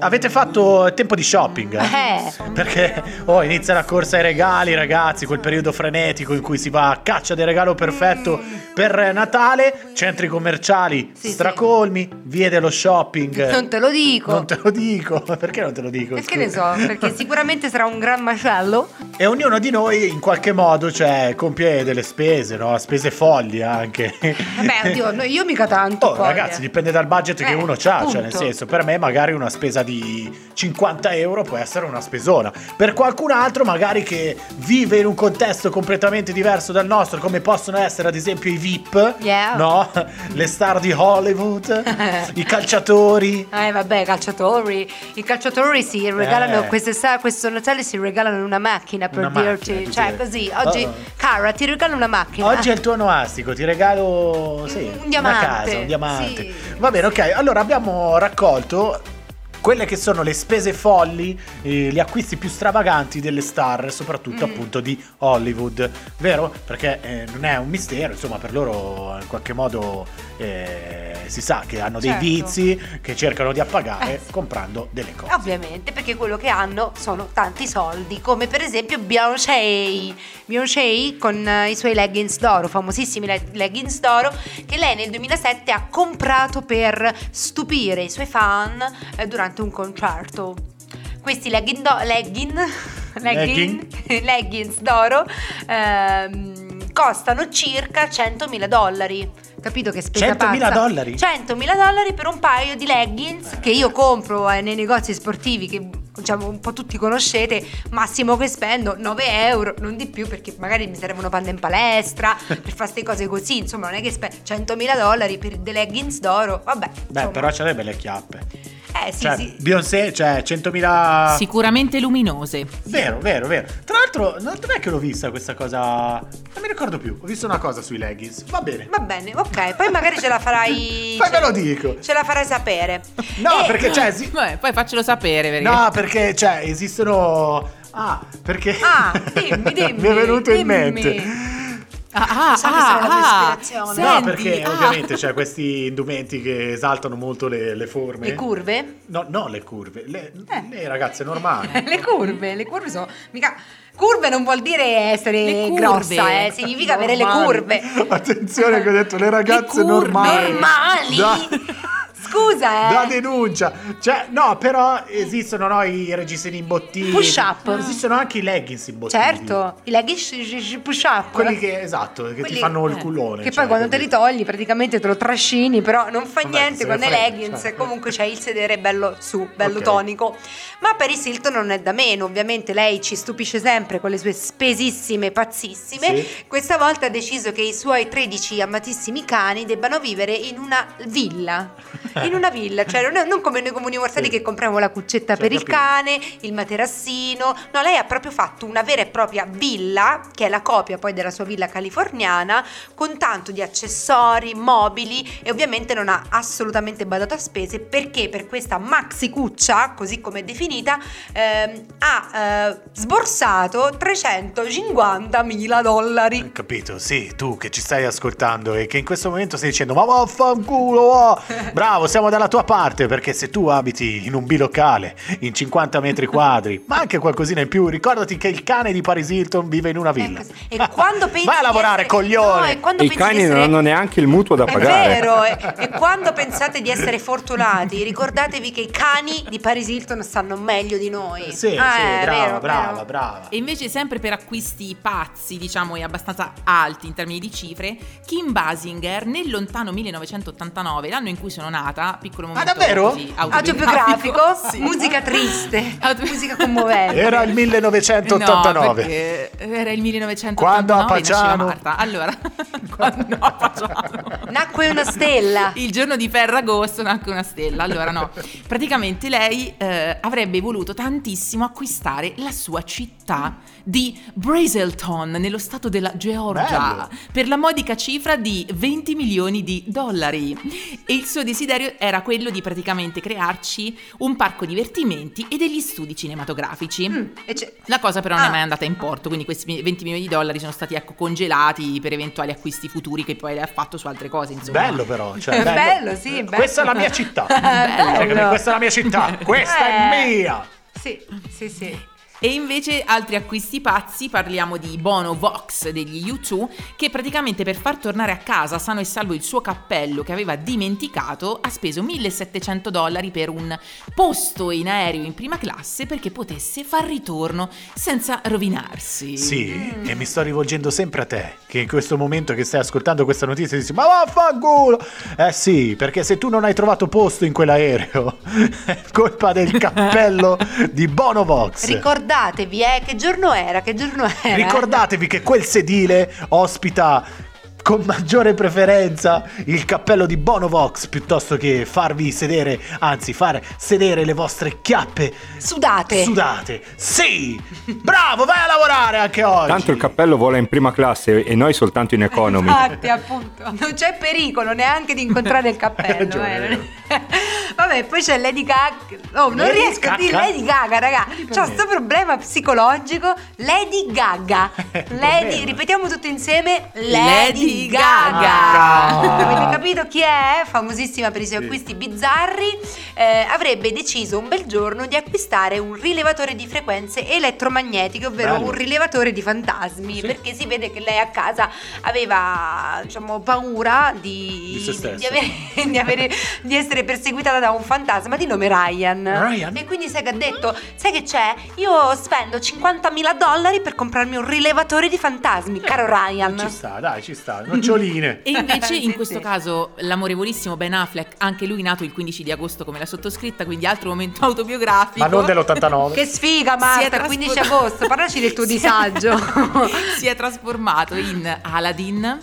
Avete fatto tempo di shopping? Eh. Perché oh, inizia la corsa ai regali, ragazzi, quel periodo frenetico in cui si va a caccia del regalo perfetto per Natale, centri commerciali Sì, sì. stracolmi, vie dello shopping. Eh. Non te lo dico. Non te lo dico, perché non te lo dico? Perché ne so? Scusa. Perché sicuramente sarà un gran macello. E ognuno di noi in qualche modo cioè, compie delle spese, no? Spese folli anche. Vabbè, oddio, no, io mica tanto. Oh, poi. ragazzi, dipende dal budget che Eh, uno ha, appunto. cioè nel senso, per me magari una spesa di 50 euro può essere una spesona, per qualcun altro magari che vive in un contesto completamente diverso dal nostro, come possono essere ad esempio i VIP, Yeah. no? le star di Hollywood, i calciatori, Eh vabbè, i calciatori. I calciatori si regalano Eh. queste sa- questo Natale si regalano una macchina per Una macchina, dirti. ti cioè, direi. così. Oggi, Oh. cara, ti regalo una macchina. Oggi è il tuo noastico, ti regalo sì, Un una diamante, casa, un diamante. sì. Va bene, ok. Allora abbiamo raccolto quelle che sono le spese folli, eh, gli acquisti più stravaganti delle star, soprattutto Mm. appunto di Hollywood, vero? Perché eh, non è un mistero, insomma, per loro in qualche modo eh, si sa che hanno dei Certo. vizi che cercano di appagare Eh, sì. comprando delle cose. Ovviamente, perché quello che hanno sono tanti soldi, come per esempio Beyoncé. Beyoncé con eh, i suoi leggings d'oro, famosissimi le- leggings d'oro, che lei nel 2007 ha comprato per stupire i suoi fan eh, durante un concerto. Questi legging do- legging, legging- leggings d'oro ehm, costano circa 100.000 dollari. Capito che spesa 100.000 pazza? Cioè, dollari? 100.000 dollari per un paio di leggings che io compro eh, nei negozi sportivi che diciamo un po' tutti conoscete, massimo che spendo 9 euro, non di più perché magari mi servono panne in palestra, per fare queste cose così, insomma non è che spendo 100.000 dollari per dei leggings d'oro, vabbè. Beh, insomma. però c'ha delle belle chiappe. Eh sì cioè, sì. Beyoncé, cioè 100.000 Sicuramente luminose. Vero, vero, vero. Tra l'altro, non non è che l'ho vista questa cosa. Non mi ricordo più. Ho visto una cosa sui leggings. Va bene. Va bene, ok, poi magari ce la farai... Poi ve lo dico. Ce la farai sapere. No, E- perché cioè. si- Vabbè, poi faccelo sapere eh, perché No, perché cioè, esistono. Ah, perché. Ah, dimmi, dimmi, mi è venuto in dimmi. mente. Ah, ah, Sai che sono la tua ah, ispirazione. senti, no, perché ah. ovviamente c'è questi indumenti che esaltano molto le, le forme. Le curve? No, no, le curve. Le, Eh. le ragazze normali. le curve, le curve sono mica curve non vuol dire Le essere curve. ecco, grossa, eh, significa avere le Normali. curve. Attenzione che ho detto le ragazze curve. normali. Normali? Da- Scusa, eh. Da denuncia. Cioè, no, però esistono no, i reggiseni imbottiti. Push up. Esistono anche i leggings imbottiti. certo, i leggings push up. Quelli che, esatto, che ti Quelli- fanno il eh, culone. Che cioè, poi quando te così. li togli praticamente te lo trascini, però non fa Vabbè, se niente ne quando hai frega, leggings, cioè. comunque c'è il sedere bello su, bello Ok. tonico. Ma Paris Hilton non è da meno, ovviamente lei ci stupisce sempre con le sue spesissime pazzissime. Sì. Questa volta ha deciso che i suoi 13 amatissimi cani debbano vivere in una villa. In una villa, cioè non, è- non come noi comuni mortali Sì. che compriamo la cuccetta Sì, per il capito. cane, il materassino. No, lei ha proprio fatto una vera e propria villa, che è la copia poi della sua villa californiana, con tanto di accessori, mobili e ovviamente non ha assolutamente badato a spese perché per questa maxi cuccia, così come è definita, ehm, ha eh, sborsato 350 mila dollari. Capito, sì, tu che ci stai ascoltando e che in questo momento stai dicendo ma vaffanculo, oh! bravo, siamo dalla tua parte perché se tu abiti in un bilocale in 50 metri quadri, ma anche qualcosina in più, ricordati che il cane di Paris Hilton vive in una villa. Ecco, E quando pensi Vai a di lavorare, essere- coglione! No, e quando E i pensi di cani non essere- hanno neanche il mutuo da È pagare. vero, e, e quando pensate di essere fortunati, ricordatevi che i cani di Paris Hilton stanno meglio di noi. Sì, sì, Eh, brava, è vero, brava, vero. brava. E invece sempre per acquisti pazzi, diciamo, e abbastanza alti in termini di cifre, Kim Basinger nel lontano 1989, l'anno in cui sono nata, piccolo momento davvero? così Autobiografico, sì. musica triste, Auto- musica commovente. Era il No, 1989. perché era il 1989 Quando a nasceva Paciano. Marta. Allora, quando a Paciano. Nacque una stella. Il giorno di Ferragosto nacque una stella. Allora, no, praticamente lei eh, avrebbe voluto tantissimo acquistare la sua città di Brazelton, nello stato della Georgia, Bello. per la modica cifra di 20 milioni di dollari. E il suo desiderio era quello di praticamente crearci un parco divertimenti e degli studi cinematografici. Mm, e c'è- La cosa però non Ah. è mai andata in porto, quindi questi 20 milioni di dollari sono stati ecco, congelati per eventuali acquisti futuri che poi lei ha fatto su altre cose. Insomma. Bello però, cioè, Bello, bello. sì, bello. Questa è la mia città. Bello. Cioè, capito? Questa è la mia città. Questa è Eh. mia. Sì, sì, sì. E invece altri acquisti pazzi, parliamo di Bono Vox degli U2, che praticamente per far tornare a casa sano e salvo il suo cappello che aveva dimenticato, ha speso 1700 dollari per un posto in aereo in prima classe perché potesse far ritorno senza rovinarsi. Sì, e mi sto rivolgendo sempre a te, che in questo momento che stai ascoltando questa notizia dici ma vaffanculo! Eh sì, perché se tu non hai trovato posto in quell'aereo, è colpa del cappello di Bonovox. Ricordatevi, eh, che giorno era? Che giorno era? Ricordatevi che quel sedile ospita con maggiore preferenza il cappello di Bonovox piuttosto che farvi sedere, anzi far sedere le vostre chiappe Sudate. sudate. Sì! Bravo, vai a lavorare anche oggi. Tanto il cappello vola in prima classe e noi soltanto in economy. Infatti, appunto, non c'è pericolo neanche di incontrare il Hai cappello. ragione, eh. hai ragione. Vabbè, poi c'è Lady Gaga. Oh, non Lady riesco a dire Gaga? Lady Gaga, raga. Dipende. C'ho sto problema psicologico. Lady Gaga. Lady, problema. ripetiamo tutti insieme. Lady Lady Gaga. Ah. Gaga. Avete capito chi è? Famosissima per i suoi Sì. acquisti bizzarri. Eh, avrebbe deciso un bel giorno di acquistare un rilevatore di frequenze elettromagnetiche, ovvero Bello. un rilevatore di fantasmi, perché si vede che lei a casa aveva diciamo paura di, Di se stessa. avere, di avere- di essere perseguitata da un fantasma di nome Ryan. Ryan? E quindi sai che ha detto, sai che c'è? Io spendo 50.000 dollari per comprarmi un rilevatore di fantasmi, caro Ryan. Ci sta, dai, ci sta. Noccioline. E invece Sì, in questo sì. caso l'amorevolissimo Ben Affleck, anche lui nato il 15 di agosto come la sottoscritta, quindi altro momento autobiografico. Ma non dell'89. Che sfiga Si è Marta, trasfor- 15 agosto, parlaci del tuo Si è- disagio. si è trasformato in Aladdin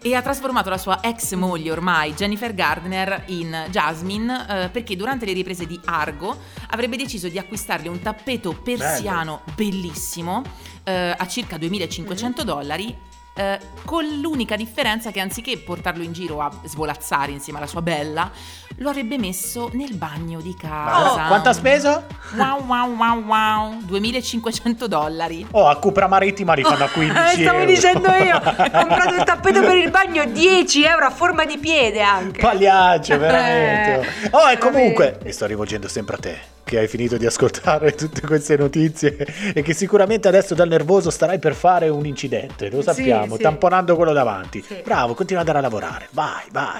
e ha trasformato la sua ex moglie ormai, Jennifer Gardner, in Jasmine eh, perché durante le riprese di Argo avrebbe deciso di acquistarle un tappeto persiano bellissimo eh, a circa 2500 dollari. eh, con l'unica differenza che anziché portarlo in giro a svolazzare insieme alla sua bella, lo avrebbe messo nel bagno di Ma- casa. Quanto ha speso? Wow, wow, wow, wow, 2500 dollari. Oh, a Cupra Marittima li fanno a 15 Eh, Stavo euro. dicendo io, ho comprato il tappeto per il bagno 10 euro a forma di piede anche. Pagliaccio, veramente. Eh, oh, e comunque, veramente. mi sto rivolgendo sempre a te, che hai finito di ascoltare tutte queste notizie e che sicuramente adesso dal nervoso starai per fare un incidente, lo Sì, sappiamo, sì. tamponando quello davanti. Sì. Bravo, continua ad andare a lavorare. Vai, vai.